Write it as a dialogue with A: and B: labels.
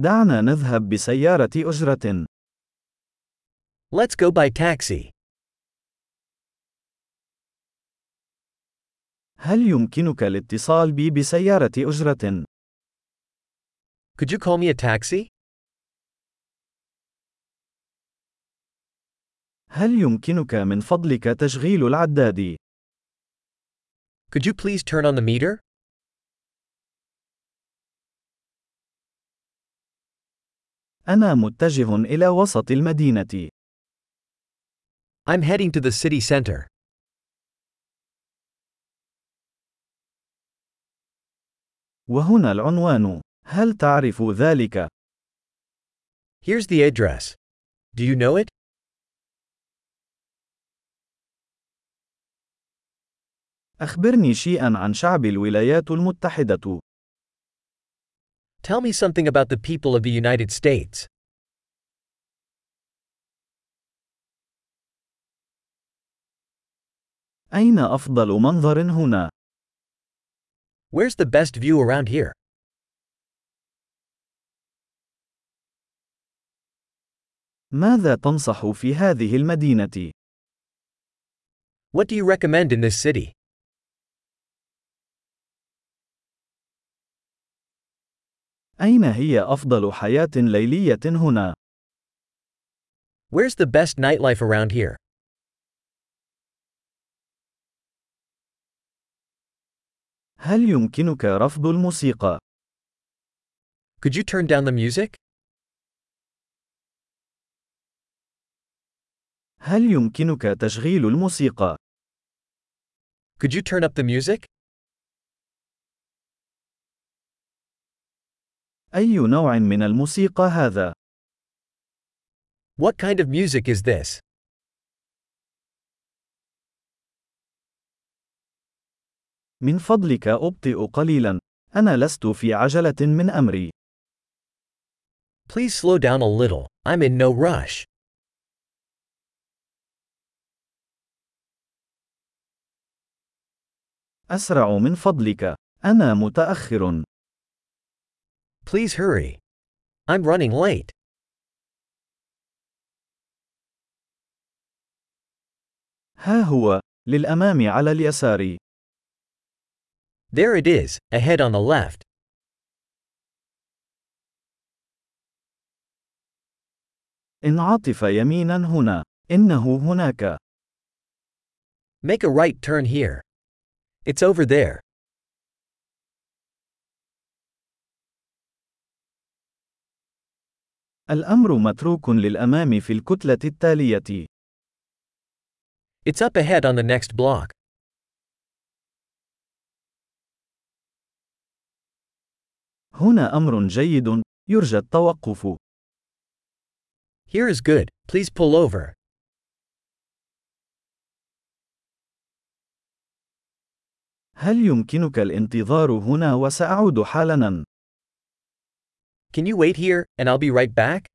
A: دعنا نذهب بسيارة أجرة.
B: Let's go by taxi.
A: هل يمكنك الاتصال بي بسيارة أجرة؟
B: Could you call me a taxi?
A: هل يمكنك من فضلك تشغيل العداد؟
B: Could you please turn on the meter?
A: أنا متجه إلى وسط المدينة.
B: I'm heading to the city center.
A: وهنا العنوان. هل تعرف ذلك؟
B: Here's the address. Do you know it?
A: أخبرني شيئًا عن شعب الولايات المتحدة.
B: Tell me something about the people of the United States.
A: أين أفضل منظر هنا؟
B: Where's the best view around here?
A: ماذا تنصح في هذه المدينة؟
B: What do you recommend in this city?
A: أين هي أفضل حياة ليلية هنا؟
B: Where's the best nightlife around here?
A: هل يمكنك رفض الموسيقى؟
B: Could you turn down the music?
A: هل يمكنك تشغيل الموسيقى؟
B: Could you turn up the music?
A: أي نوع من الموسيقى هذا؟
B: What kind of music is this?
A: من فضلك أبطئ قليلاً. أنا لست في عجلة من أمري.
B: Please slow down a little. I'm in no rush.
A: أسرع من فضلك. أنا متأخر.
B: Please hurry. I'm running late.
A: ها هو، للأمام على اليسار.
B: There it is, ahead on the left.
A: انعطف يميناً هنا. إنه هناك.
B: Make a right turn here. It's over there.
A: الأمر متروك للأمام في الكتلة التالية.
B: It's up ahead on the next block.
A: هنا أمر جيد. يرجى التوقف.
B: Here is good, please pull over.
A: هل يمكنك الانتظار هنا وسأعود حالاً؟
B: Can you wait here, and I'll be right back?